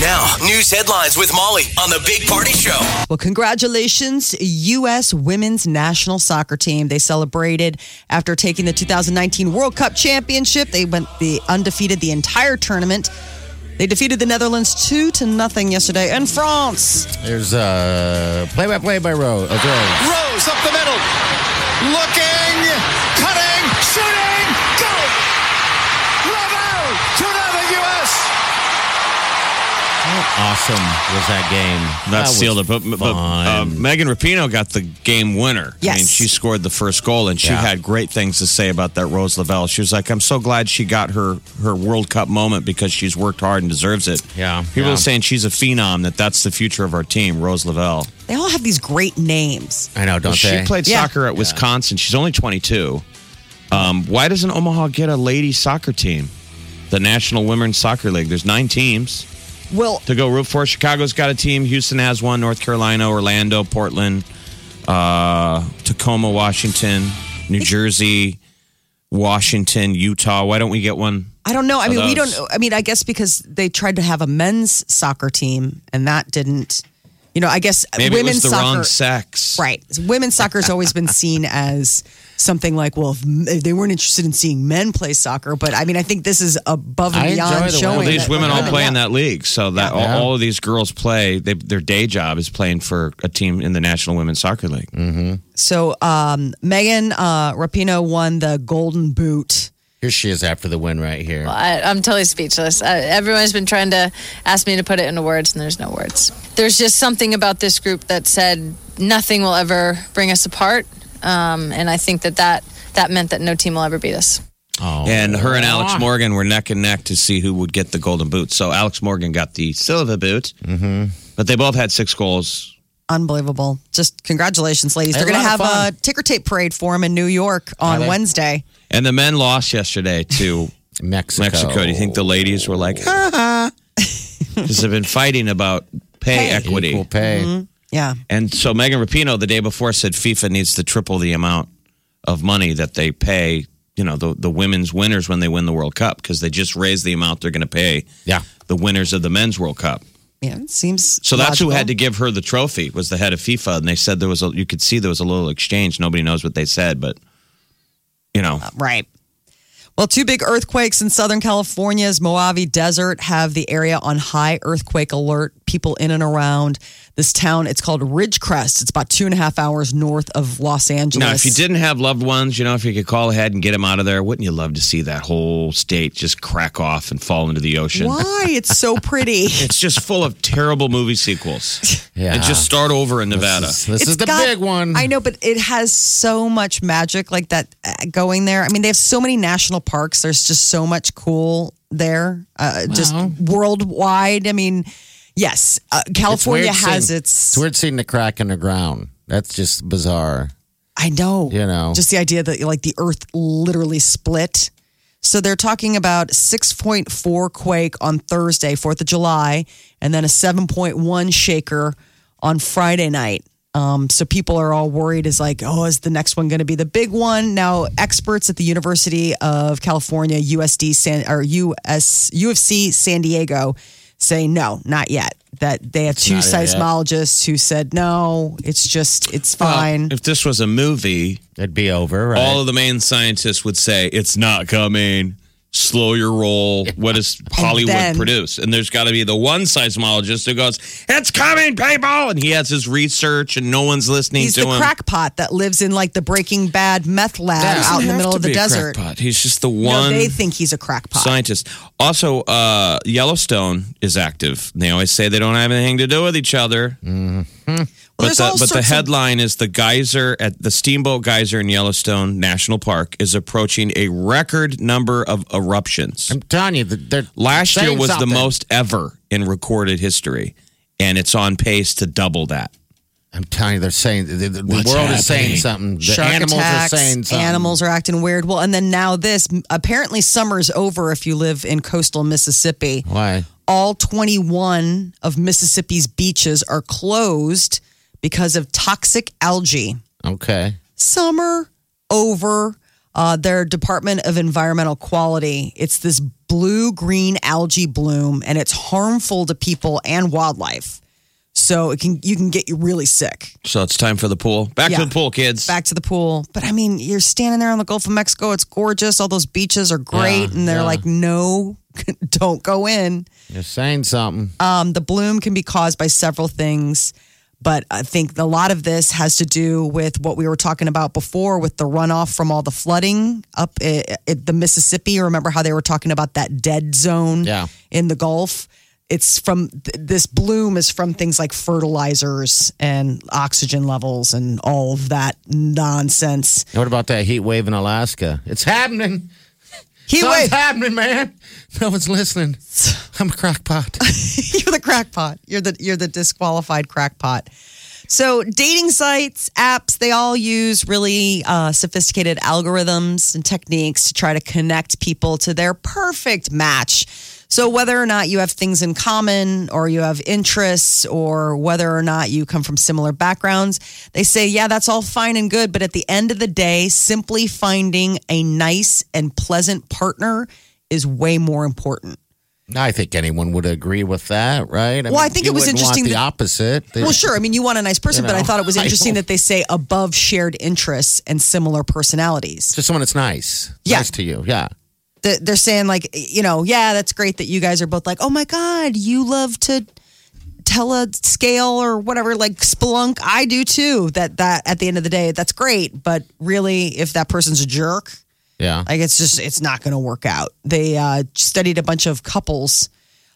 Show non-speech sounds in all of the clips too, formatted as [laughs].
Now, news headlines with Molly on the Big Party Show. Well, congratulations, U.S. women's national soccer team. They celebrated after taking the 2019 World Cup championship. They went the undefeated the entire tournament. They defeated the Netherlands two to nothing yesterday, and France There's uh, play-by-play by uh, Rose. Rose. Rose up the middle. Looking, cutting, shooting, go! Ravel to another U.S. How awesome was that game? Not That was sealed it, but, but uh, fun. Megan Rapinoe got the game winner. I mean, Yes. she scored the first goal, and she Yeah. had great things to say about that Rose Lavelle. She was like, "I'm so glad she got her her World Cup moment because she's worked hard and deserves it." Yeah, people yeah. are saying she's a phenom. That that's the future of our team, Rose Lavelle. They all have these great names. I know, don't she they? played Yeah. soccer at Wisconsin. She's only 22. Um, why doesn't Omaha get a ladies soccer team? The National Women's Soccer League. There's nine teams Well, to go root for. Chicago's got a team. Houston has one. North Carolina, Orlando, Portland, uh, Tacoma, Washington, New Jersey, Washington, Utah. Why don't we get one? I don't know. I Of mean, we don't. those. I mean, I guess because they tried to have a men's soccer team, and that didn't. You know, I guess Maybe it women's was the soccer. wrong sex. Right. Women's soccer has always been seen as something like, well, if, m- if they weren't interested in seeing men play soccer, but I mean, I think this is above and I enjoy beyond the showing. Well, these that women all play in yeah. that league, so that all, all of these girls play. They, their day job is playing for a team in the National Women's Soccer League. Mm. So um, Megan uh, Rapino won the Golden Boot. Here she is after the win right here. I, I'm totally speechless. Uh, everyone's been trying to ask me to put it into words, and there's no words. There's just something about this group that said nothing will ever bring us apart, um, and I think that, that that meant that no team will ever beat us. Oh. And her and Ah. Alex Morgan were neck and neck to see who would get the golden boot. So Alex Morgan got the silver boot, mm-hmm. but they both had six goals. Unbelievable. Just congratulations, ladies. They They're had going to a have lot of a ticker tape parade for them in New York on they? Wednesday. And the men lost yesterday to Mexico. Mexico. Do you think the ladies were like, ha Because they've been fighting about pay equity. Equal pay. Mm-hmm. Yeah. And so Megan Rapino the day before said FIFA needs to triple the amount of money that they pay, you know, the, the women's winners when they win the World Cup because they just raised the amount they're going to pay Yeah. the winners of the men's World Cup. Yeah. It seems So that's who had to logical. give her the trophy was the head of FIFA, and they said there was a you could see there was a little exchange. Nobody knows what they said, but you know, Right. Well, two big earthquakes in Southern California's Mojave Desert have the area on high earthquake alert. People in and around this town, it's called Ridgecrest. It's about two and a half hours north of Los Angeles. now if you didn't have loved ones, you know, if you could call ahead and get them out of there, wouldn't you love to see that whole state just crack off and fall into the ocean? Why? It's so [laughs] pretty. It's just full of terrible [laughs] movie sequels. Yeah. And just start over in Nevada. This is, this It's is the got- big one. I know, but it has so much magic like that uh, going there. I mean, they have so many national parks. There's just so much cool there, uh, just worldwide. I mean, yes, uh, It's weird California has seeing- its. It's weird seeing the crack in the ground. That's just bizarre. I know. You know. Just the idea that like the earth literally split. So they're talking about 6.4 quake on Thursday, 4th of July, and then a 7.1 shaker on Friday night. Um, so people are all worried is like, oh, is the next one going to be the big one? Now, experts at the University of California, USD San or US UFC San Diego say no, not yet. That they have two not it yet. seismologists who said no, it's just it's fine. If this was a movie, It'd be over, right? all of the main scientists would say it's not coming. Slow your roll. [laughs] What does Hollywood then- produce? And there's got to be the one seismologist who goes, "It's coming, people!" And he has his research, and no one's listening He's to the him. crackpot that lives in like the Breaking Bad meth lab He doesn't out in the have middle to of the be a desert. crackpot. He's just the No, one they think he's a crackpot. scientist. Also, uh, Yellowstone is active. They always say they don't have anything to do with each other. Mm-hmm. Well, there's but the, all but the sorts of- headline is the geyser at the Steamboat Geyser in Yellowstone National Park is approaching a record number of eruptions. I'm telling you, that they're Last year saying was something. the most ever in recorded history, and it's on pace to double that. I'm telling you, they're saying the, the, the world What's is saying happening? something. The Shark animals attacks. are saying something. Animals are acting weird. Well, and then now this. Apparently, summer's over if you live in coastal Mississippi. Why? all 21 of Mississippi's beaches are closed because of toxic algae. Okay. Summer over. Uh, their Department of Environmental Quality. It's this blue green algae bloom, and it's harmful to people and wildlife. So it can you can get you really sick. So it's time for the pool. Back Yeah. to the pool, kids. Back to the pool, but I mean, you're standing there on the Gulf of Mexico. It's gorgeous. All those beaches are great, Yeah, and they're yeah. like, no, [laughs] don't go in. They're saying something. Um, the bloom can be caused by several things, but I think a lot of this has to do with what we were talking about before with the runoff from all the flooding up i at the Mississippi. Remember how they were talking about that dead zone Yeah. in the Gulf? It's from th- this bloom is from things like fertilizers and oxygen levels and all of that nonsense. what about that heat wave in Alaska? It's happening. Heat Something's wave. happening, man. No [laughs] one's listening. I'm a crackpot. you're the crackpot. You're the you're the disqualified crackpot. So dating sites, apps, they all use really uh, sophisticated algorithms and techniques to try to connect people to their perfect match. So whether or not you have things in common or you have interests or whether or not you come from similar backgrounds, they say, yeah, that's all fine and good. But at the end of the day, simply finding a nice and pleasant partner is way more important. I think anyone would agree with that, right? Well, I think you it was wouldn't interesting Want the that- opposite. Well, sure. I mean, you want a nice person, but I know, thought it was [laughs] I interesting don't- that they say above shared interests and similar personalities. Just someone that's nice. Yeah. Nice to you. Yeah. Th- They're saying, like, you know, yeah, that's great that you guys are both like, oh my God, you love to telescale or whatever, like Splunk. I do too. That, that at the end of the day, that's great. But really, if that person's a jerk, Yeah. like it's just it's not going to work out. They uh, studied a bunch of couples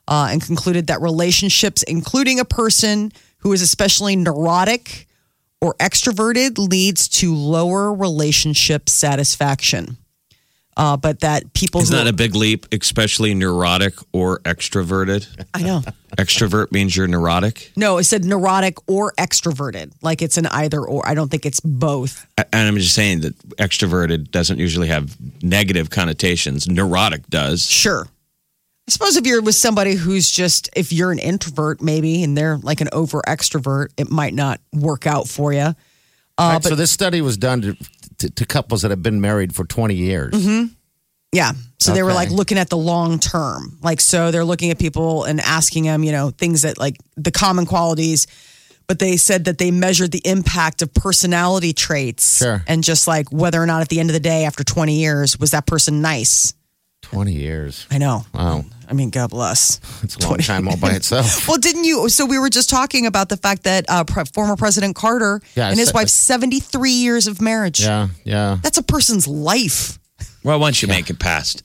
uh, and concluded that relationships, including a person who is especially neurotic or extroverted, leads to lower relationship satisfaction. Uh, but that people Isn't who that a big leap, especially neurotic [laughs] or extroverted? I know Extrovert means you're neurotic. no, it said neurotic or extroverted. Like it's an either or. I don't think it's both. A- And I'm just saying that extroverted doesn't usually have negative connotations. Neurotic does. Sure. I suppose if you're with somebody who's just, if you're an introvert maybe and they're like an over extrovert, it might not work out for you. All right, so this study was done to, to, to couples that have been married for 20 years. Mm-hmm. Yeah. So they were Okay. like looking at the long term. Like, so they're looking at people and asking them, you know, things that like the common qualities. But they said that they measured the impact of personality traits Sure. and just like whether or not at the end of the day, after 20 years, was that person nice? 20 years. I know. Wow. I mean, God bless. It's a long time all by itself. Well, didn't you? So we were just talking about the fact that uh, pre- former President Carter Yeah, and his I wife, 73 years of marriage. [laughs] Yeah. Yeah. That's a person's life. Well, once you make it past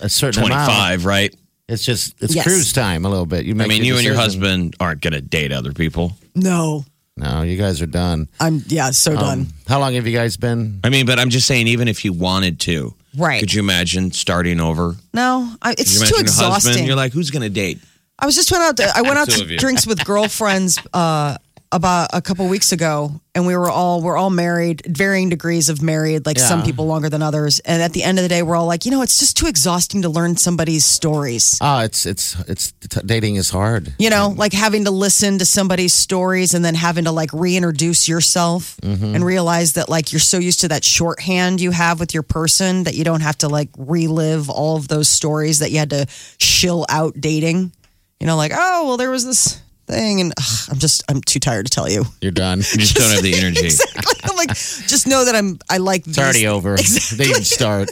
A certain amount. 25, right? It's just, it's Yes. cruise time a little bit. You I make mean, you your and your decision. husband aren't going to date other people. No, No, you guys are done. I'm, yeah, Oh. so done. How long have you guys been? I mean, but I'm just saying, even if you wanted to, Right. Could you imagine starting over? No, I, it's Could you just imagine too exhausting. Husband? You're like, who's going to [laughs] date? I was just went [laughs] out. To, I went out Two to of you. drinks [laughs] with girlfriends uh, about a couple weeks ago, and we were all we're all married, varying degrees of married. Like some Yeah. people longer than others, and at the end of the day, we're all like, you know, it's just too exhausting to learn somebody's stories. Oh, it's, it's, it's, t- dating is hard. You know, like having to listen to somebody's stories and then having to like reintroduce yourself Mm-hmm. and realize that like you're so used to that shorthand you have with your person that you don't have to like relive all of those stories that you had to shill out dating. You know, like, oh, well, there was this thing and ugh, I'm just, I'm too tired to tell you. [laughs] You're done. You just don't have the energy. Exactly. I'm like, just know that I'm, I like It's already over. They didn't start.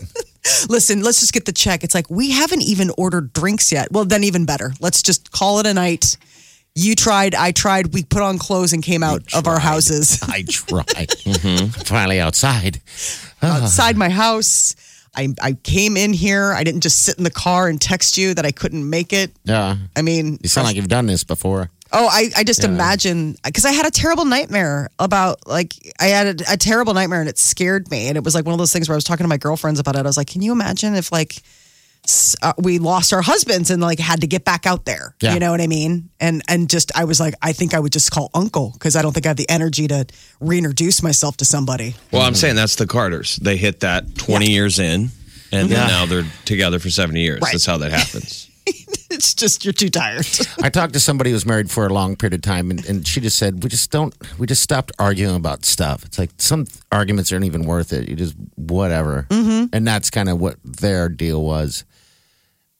Listen, let's just get the check. It's like, we haven't even ordered drinks yet. Well, then even better. Let's just call it a night. You tried, I tried, we put on clothes and came out of our [laughs] houses. I tried. Finally outside. Outside my house. I, I came in here. I didn't just sit in the car and text you that I couldn't make it. Yeah. I mean, You sound like you've done this before. oh, I, I just imagine because I had a terrible nightmare about like I had a, a terrible nightmare and it scared me. And it was like one of those things where I was talking to my girlfriends about it. I was like, can you imagine if like s- uh, we lost our husbands and like had to get back out there. Yeah. You know what I mean? And and just I was like, I think I would just call uncle because I don't think I have the energy to reintroduce myself to somebody. [laughs] Well, I'm saying that's the Carters. They hit that 20 years in, and then now they're together for 70 years. Right. That's how that [laughs] happens. It's just you're too tired. I talked to somebody who was married for a long period of time, and, and she just said, "We just don't. We just stopped arguing about stuff. It's like some arguments aren't even worth it. You just whatever." Mm-hmm. And that's kind of what their deal was.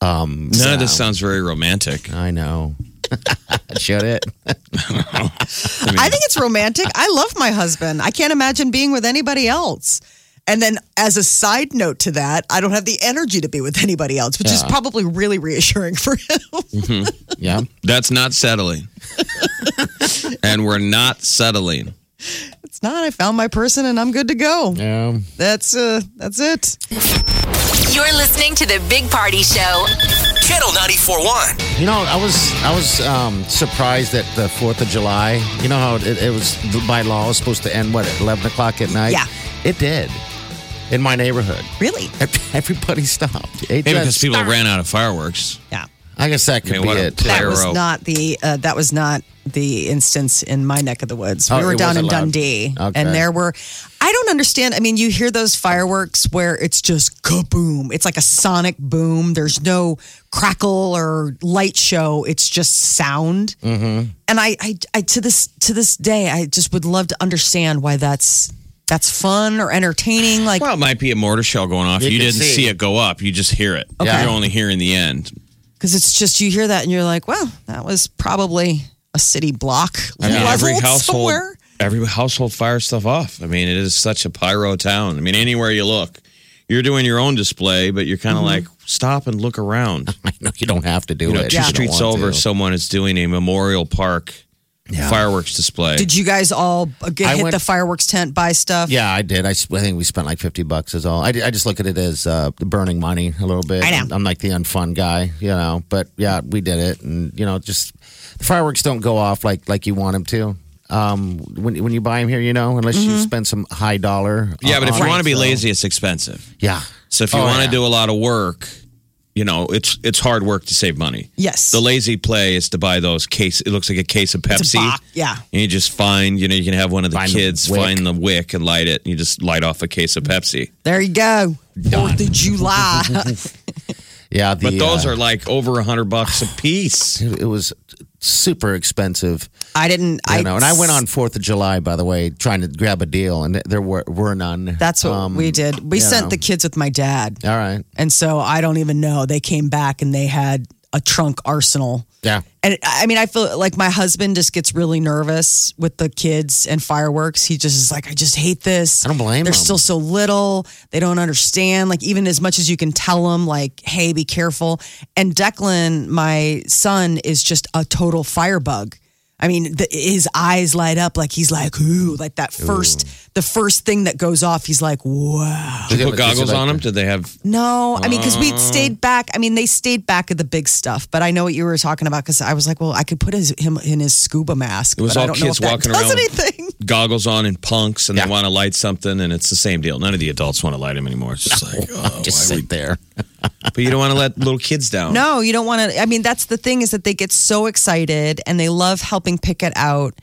None of this sounds very romantic. I know. [laughs] Should it? [laughs] I think it's romantic. I love my husband. I can't imagine being with anybody else. And then, as a side note to that, I don't have the energy to be with anybody else, which is probably really reassuring [laughs] for him. Yeah. That's not settling. and we're not settling. It's not. I found my person, and I'm good to go. Yeah. That's uh, that's it. You're listening to the Big Party Show. Channel 94.1. You know, I was I was um, surprised at the Fourth of July. You know how it, it was by law it was supposed to end what at eleven o'clock at night. Yeah. it did in my neighborhood. Really? [laughs] Everybody stopped. It Maybe just because people stopped. ran out of fireworks. Yeah. I guess that could I mean, what be a it. player. That was Arrow. not the uh, that was not the instance in my neck of the woods. We Oh, were it down in wasn't allowed. Dundee, Okay. and there were. I don't understand. I mean, you hear those fireworks where it's just kaboom. It's like a sonic boom. There's no crackle or light show. It's just sound. Mm-hmm. And I, I, I, to this to this day, I just would love to understand why that's that's fun or entertaining. Like, Well, it might be a mortar shell going off. You, You can didn't see. see. it go up. You just hear it. Okay. You're only hearing the end. because it's just you hear that and you're like, well, that was probably a city block. I mean, every leveled household, somewhere. every household fires stuff off. I mean, it is such a pyro town. I mean, anywhere you look, you're doing your own display, but you're kind of like stop and look around. [laughs] I know you don't have to do You know, it. two You don't streets want over, to. someone is doing a memorial park fireworks display. Did you guys all get I hit went- the fireworks tent, buy stuff? Yeah, I did. I, s- I think we spent like fifty bucks is all. I, d- I just look at it as uh, burning money a little bit. I know. I'm like the unfun guy, you know. But yeah, we did it, and you know, just the fireworks don't go off like like you want them to. Um, when when you buy them here, you know, unless you spend some high dollar. Mm-hmm. yeah, but if on you it, want to be so- lazy, it's expensive. yeah. So if you Oh, want to yeah. do a lot of work, you know, it's it's hard work to save money. Yes. The lazy play is to buy those case. It looks like a case of Pepsi. It's a box, yeah. And you just find, you know, you can have one of the Find the kids wick. find the wick and light it. And you just light off a case of Pepsi. There you go. Fourth of July. [laughs] yeah, the, But those uh, are like over a hundred bucks a piece. It was super expensive. I didn't. You know, and I went on Fourth of July, by the way, trying to grab a deal, and there were were none. That's what Um, we did. We you sent know. the kids with my dad, All right. and so I don't even know. They came back and they had a trunk arsenal. Yeah. And I mean, I feel like my husband just gets really nervous with the kids and fireworks. He just is like, I just hate this. I don't blame They're him. still so little. They don't understand. Like, even as much as you can tell them, like, hey, be careful. And Declan, my son, is just a total firebug. I mean, the, his eyes light up like he's like, ooh, like that first, the first thing that goes off, he's like, wow. Did you put goggles on them? Did they have? No, I mean, because we stayed back. I mean, they stayed back at the big stuff, but I know what you were talking about because I was like, well, I could put his, him in his scuba mask. It was but I all don't kids know if that walking does around. anything. [laughs] Goggles on and punks, and Yeah. they want to light something, and it's the same deal. None of the adults want to light them anymore. It's just [laughs] like, oh, Just why sit there. would- but you don't want to let little kids down. No, you don't want to. I mean, that's the thing is that they get so excited and they love helping pick it out.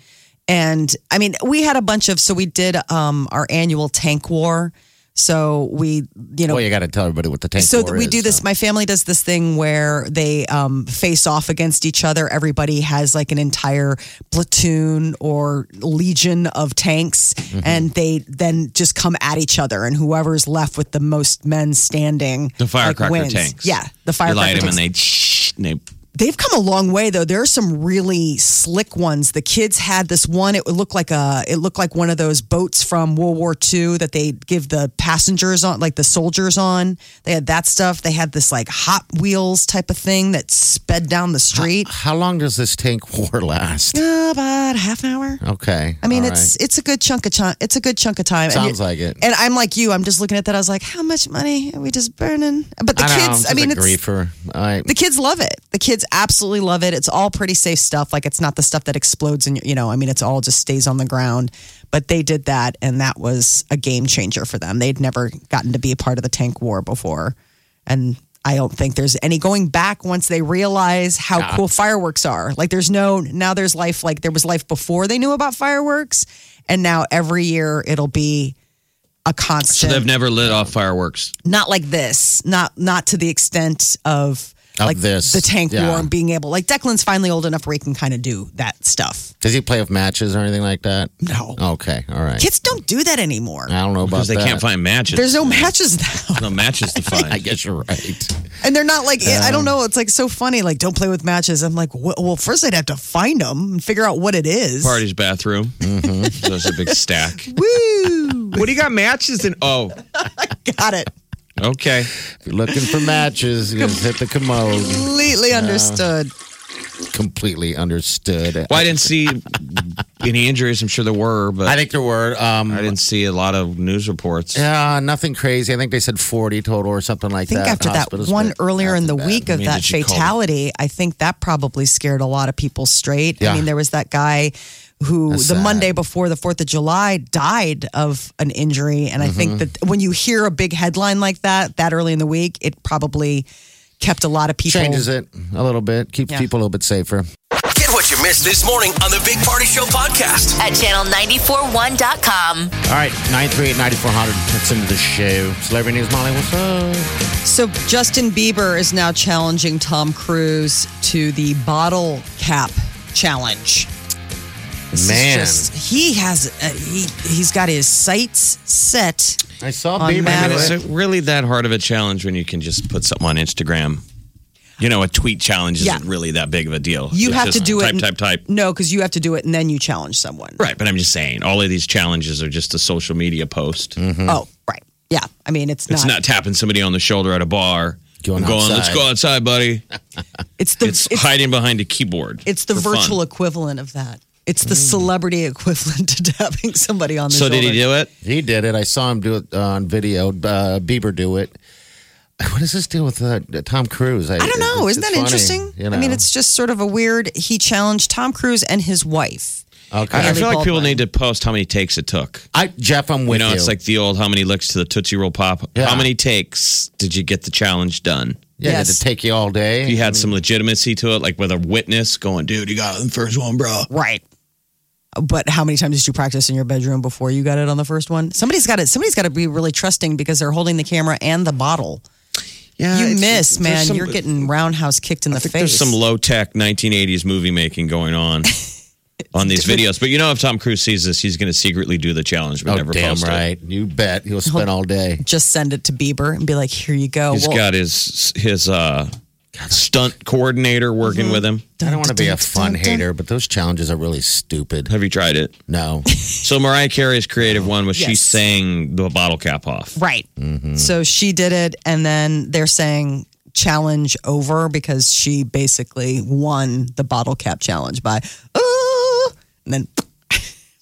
And I mean, we had a bunch of so we did um, our annual tank war. So we, you know, Well, you got to tell everybody what the tank so war we is, do this so. my family does this thing where they um, face off against each other everybody has like an entire platoon or legion of tanks Mm-hmm. and they then just come at each other and whoever's left with the most men standing The like, firecracker wins. tanks. yeah the You firecracker light them, tanks. and they shh, and they They've come a long way though. There are some really slick ones. The kids had this one. It looked like a it looked like one of those boats from World War II that they give the passengers on, like the soldiers on. They had that stuff. They had this like Hot Wheels type of thing that sped down the [laughs] street. How long does this tank war last? about half an hour. Mm. Okay. I mean, all it's it's a good chunk of time. It's a good chunk of time. And Sounds you- like it. And I'm like you. I'm just looking at that. I was like, how much money are we just burning? But the I don't know, kids. I'm I mean, just a it's griefer. I, the kids love it. The kids absolutely love it. It's all pretty safe stuff. Like it's not the stuff that explodes and you know, I mean, it's all just stays on the ground. But they did that, and that was a game changer for them. They'd never gotten to be a part of the tank war before, and I don't think there's any going back once they realize how cool fireworks are. Like there's no now there's life like there was life before they knew about fireworks and now every year it'll be a So constant they've never lit off fireworks. not like this, not not to the extent of Of like this, the tank yeah. war and being able like Declan's finally old enough where he can kind of do that stuff. Does he play with matches or anything like that? No. Okay, all right. Kids don't do that anymore. I don't know about Because they that. can't find [laughs] matches. Mm-hmm. There's no matches now. no matches [laughs] to find. I guess you're right. And they're not like, I Um, don't know. It's like so funny. Like, don't play with matches. I'm like, well, well first I'd have to find them and figure out what it is. Party's bathroom. Mm-hmm. So there's a big stack. Woo! [laughs] what do you got matches in? Oh, Got it. okay. If you're looking for matches, you just hit the commode. Completely understood. Completely understood. Well, I didn't see any injuries. I'm sure there were, but I I, think there were. Um, didn't see a lot of news reports. Yeah, nothing crazy. I think they said 40 total or something I like think that. after that Hospitals, one but earlier not in too the bad. week uh, of mean, that did you call them? fatality, I think that probably scared a lot of people straight. I Yeah. mean, there was that guy who That's the sad. Monday before the 4th of July died of an injury. And I Mm-hmm. think that when you hear a big headline like that, that early in the week, it probably kept a lot of people. Changes it a little bit, keeps Yeah. people a little bit safer. Get what you missed this morning on the Big Party Show podcast. at channel941.com. All right, 938 9400. That's into the show. Celebrity News Molly, what's up? So Justin Bieber is now challenging Tom Cruise to the bottle cap challenge. This is Man. just- he has uh he he's got his sights set. I saw On Bieber. Mad- do Is it. it really that hard of a challenge when you can just put something on Instagram? You know, a tweet challenge isn't Yeah. really that big of a deal. You It's have to just do it. Type, type, type. No, because you have to do it and then you challenge someone. Right, but I'm just saying, all of these challenges are just a social media post. Oh, right. Yeah. I mean, it's, It's not tapping somebody on the shoulder at a bar. Going and going, outside. let's go outside, buddy. It's the it's, It's, it's, hiding behind a keyboard. the for fun. Mm. virtual equivalent of that. It's the celebrity equivalent to [laughs] tapping somebody on the So did he do it? He did it. I saw him do it on video. Uh, Bieber do it. [laughs] What does this deal with uh, Tom Cruise? I don't know. it's- Isn't it's that funny, interesting? you know. I mean, it's just sort of a weird. He challenged Tom Cruise and his wife. okay. I, I Haley feel like people Baldwin. need to post how many takes it took. I, Jeff, I'm with you know, it's like the old how many licks to the Tootsie Roll Pop. Yeah. How many takes did you get the challenge done? yeah, did Yes. it take you all day? You had some legitimacy to it, like with a witness going, dude, you got it in the first one, bro. Right. But how many times did you practice in your bedroom before you got it on the first one? Somebody's got it. Somebody's got to be really trusting because they're holding the camera and the bottle. Yeah, You it's- miss, there's man. some- You're getting roundhouse kicked in the I think face. there's some low tech 1980s movie making [laughs] going on on these videos. But you know, if Tom Cruise sees this, he's going to secretly do the challenge, but Oh, never damn post it. right. You bet. He'll spend all day. just send it to Bieber and be like, "Here you go." He's got his his uh, stunt coordinator working Mm-hmm. with him. I don't want to be a fun hater, but those challenges are really stupid. Have you tried it? [laughs] No. So Mariah Carey's creative one was she Yes. sang the bottle cap off. right. Mm-hmm. So she did it, and then they're saying challenge over because she basically won the bottle cap challenge by oh, and then [laughs]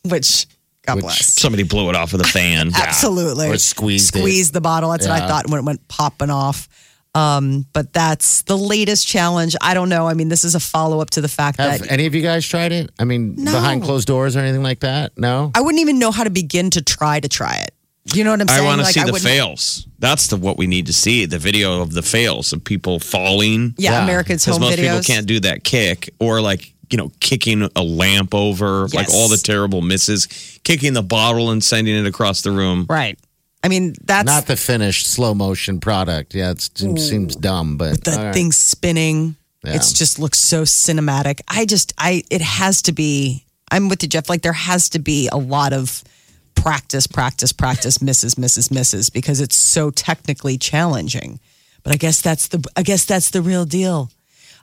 which God Which- bless. Somebody blew it off with a fan. [laughs] Absolutely. Or squeezed it. Squeeze the bottle. That's what I Yeah. thought when it went popping off. Um, but that's the latest challenge. I don't know. I mean, this is a follow up to the fact Have that any of you guys tried it? I mean, No. behind closed doors or anything like that? No? I wouldn't even know how to begin to try to try it. You know what I'm I saying? want to Like, see the wouldn't- fails. That's the what we need to see the video of the fails of people falling. Yeah, Yeah. America's because Home most people Videos. can't do that kick or like you know kicking a lamp over, like Yes. all the terrible misses, kicking the bottle and sending it across the room. Right. I mean, that's Not the finished slow motion product. Yeah, it seems, seems dumb, but the all right. thing spinning. Yeah. It's just looks so cinematic. I just, I, it has to be. I'm with you, Jeff. Like there has to be a lot of practice, practice, practice, misses, misses, misses, because it's so technically challenging. But I guess that's the, I guess that's the real deal.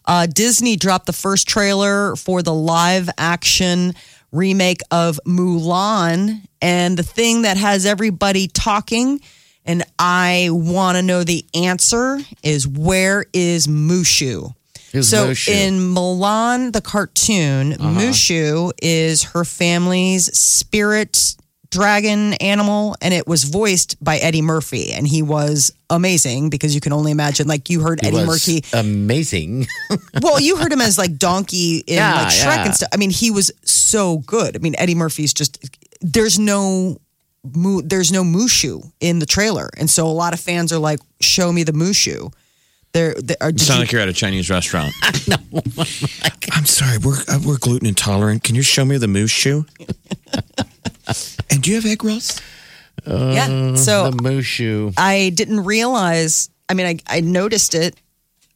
Uh, Disney dropped the first trailer for the live action remake of Mulan. And the thing that has everybody talking, and I want to know the answer, is where is Mushu? Who's so Mushu? Uh-huh. in Mulan, the cartoon, Mushu is her family's spirit dragon animal, and it was voiced by Eddie Murphy, and he was amazing because you can only imagine. Like you heard Eddie was Murphy, amazing. well, you heard him as like [laughs] Donkey in Yeah, like Shrek yeah. and stuff. I mean, he was so good. I mean, Eddie Murphy's just there's no mu- there's no Mushu in the trailer, and so a lot of fans are like, "Show me the Mushu." They're, they are. You did you- sound Oh like you're at a Chinese [laughs] restaurant. I'm sorry, we're uh, we're gluten intolerant. Can you show me the moose [laughs] shoe? and do you have egg rolls? yeah. So Uh, the Mushu. I didn't realize. I mean, I, I noticed it,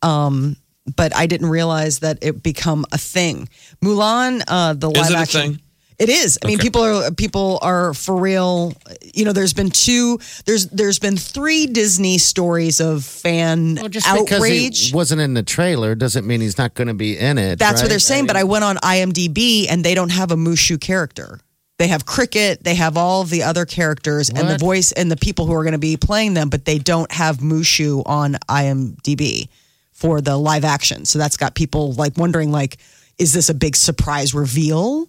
um, but I didn't realize that it become a thing. Mulan, uh, the live it a action. thing? It is. I mean, people are people are for real. You know, there's been two. There's there's been three Disney stories of fan Well, just because outrage. he wasn't in the trailer doesn't mean he's not going to be in That's it. what right? they're saying. but I went on IMDb and they don't have a Mushu character. They have Cricket. They have all the other characters and the What? voice and the people who are going to be playing them, but they don't have Mushu on IMDb for the live action. So that's got people like wondering, like, is this a big surprise reveal?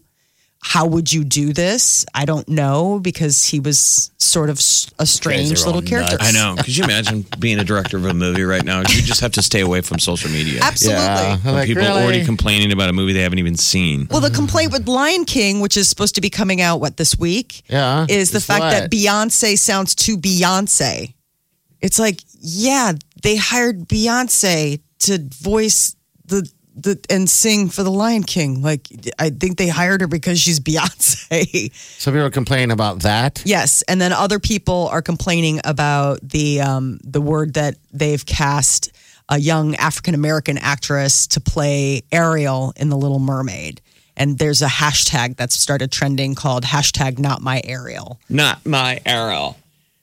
How would you do this? I don't know because he was sort of s- a strange little character. I know. Could you imagine being a director of a movie right now? You just have to stay away from social media. Absolutely. Yeah. When Like, people are really? already complaining about a movie they haven't even seen. Well, the complaint with Lion King, which is supposed to be coming out what this week, Yeah, is the is fact that what? Beyonce sounds too Beyonce. It's like, yeah, they hired Beyonce to voice the the and sing for the Lion King. Like, I think they hired her because she's [laughs] Beyonce. So people complain about that. Yes, and then other people are complaining about the um, the word that they've cast a young African American actress to play Ariel in The Little Mermaid. And there's a hashtag that's started trending called hashtag Not My Ariel. Not my arrow.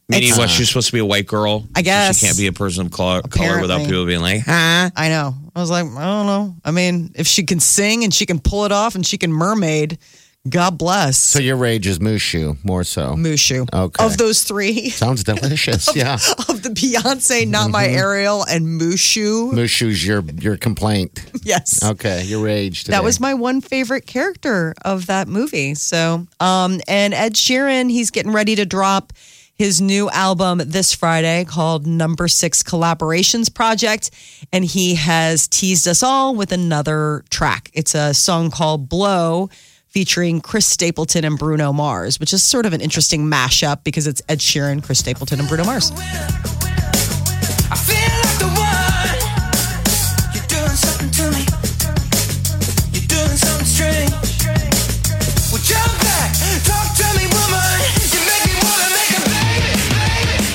Meaning, It's- what she's supposed to be a white girl. I guess. she can't be a person of color, color without Apparently. people being like, "Huh." I know. I was like, I don't know. I mean, if she can sing and she can pull it off and she can mermaid, God bless. So your rage is Mushu more so. Mushu. Okay. Of those three, [laughs] Sounds delicious. yeah, of the Beyonce, Not My Ariel, and Mushu. [laughs] Mushu's your your complaint. Yes. Okay, your rage. Today. That was my one favorite character of that movie. So, um, and Ed Sheeran, he's getting ready to drop his new album this Friday called Number Six Collaborations Project. And he has teased us all with another track. It's a song called Blow featuring Chris Stapleton and Bruno Mars, which is sort of an interesting mashup because it's Ed Sheeran, Chris Stapleton, and Bruno Mars. I feel like the one. You're doing something to me. You're doing something strange. Well, jump back, talk to me, woman. You make me wanna make a baby, baby.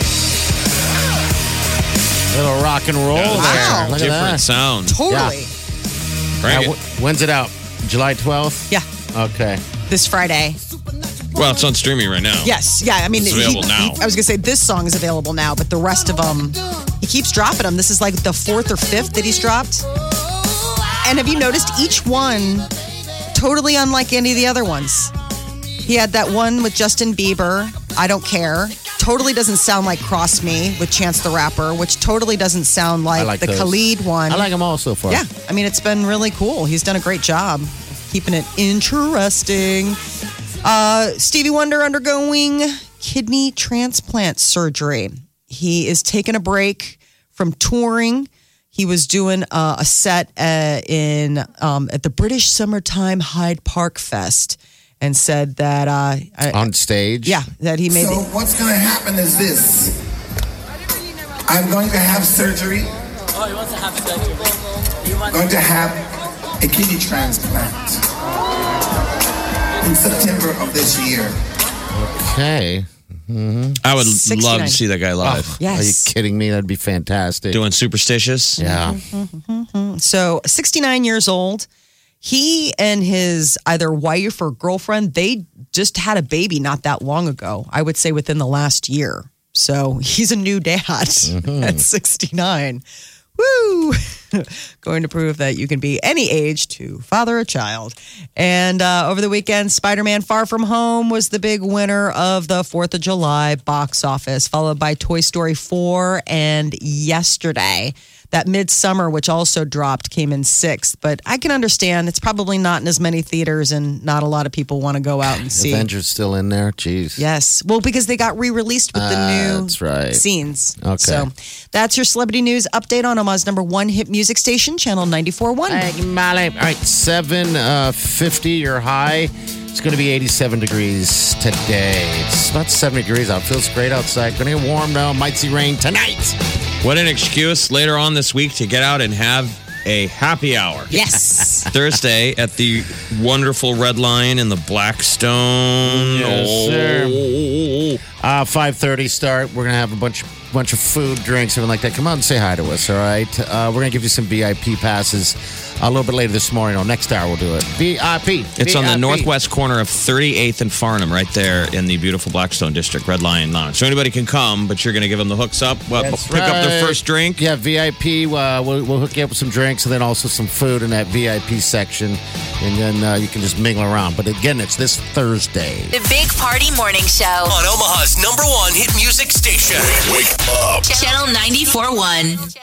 little rock and roll. Oh, Wow. There. Look Different at that. sound. Totally. Bring Now, it. wh- when's it out? July twelfth. Yeah. Okay. This Friday. Well, it's on streaming right now. Yes, yeah. I mean, It's available now. I was gonna say this song is available now, but the rest of them, he keeps dropping them. This is like the fourth or fifth that he's dropped. And have you noticed each one totally unlike any of the other ones? He had that one with Justin Bieber, I Don't Care. Totally doesn't sound like Cross Me with Chance the Rapper, which totally doesn't sound like, like the those. Khalid one. I like them all so far. Yeah, I mean, it's been really cool. He's done a great job of keeping it interesting. Uh, Stevie Wonder undergoing kidney transplant surgery. He is taking a break from touring. He was doing uh, a set uh, in um, at the British Summertime Hyde Park Fest, and said that uh, I, On stage. yeah that he made So what's going to happen is this. I'm going to have surgery. Going to have a kidney transplant in September of this year. Okay. I would 69. love to see that guy live. Oh. Are you yes. kidding me? That'd be fantastic. Doing superstitious. yeah. So, 69 years old. He and his either wife or girlfriend, they just had a baby not that long ago. I would say within the last year. So, [laughs] he's a new dad at 69. Woo! [laughs] Going to prove that you can be any age to father a child. And uh, over the weekend, Spider Man Far From Home was the big winner of the 4th of July box office, followed by Toy Story 4 and yesterday. That Midsummer, which also dropped, came in sixth. But I can understand it's probably not in as many theaters and not a lot of people want to go out and see. Avengers still in there. Jeez. Yes. Well, because they got re released with the new Ah, That's right. scenes. Okay. So that's your celebrity news update on Omaha's number one hit music station, Channel 94.1. All right, 750 your high. It's going to be 87 degrees today. It's about 70 degrees out. Feels great outside. Going to get warm now. Might see rain tonight. What an excuse later on this week to get out and have a happy hour. Yes. Thursday at the wonderful Red Lion in the Oh. Blackstone. Uh, Five thirty start. We're gonna have a bunch, bunch of food, drinks, everything like that. Come out and say hi to us. All right. Uh, we're gonna give you some VIP passes a little bit later this morning. On next hour, we'll do it. VIP. It's on the VIP. northwest corner of 38th and Farnham, right there in the beautiful Blackstone District, Red Lion Lounge. So anybody can come, but you're going to give them the hooks up, well, That's pick up their right. first drink. Yeah, VIP. Uh, we'll, we'll hook you up with some drinks and then also some food in that VIP section, and then uh, you can just mingle around. But again, it's this Thursday. The Big Party Morning Show. On Omaha's number one hit music station. Wake up. Channel 94.1.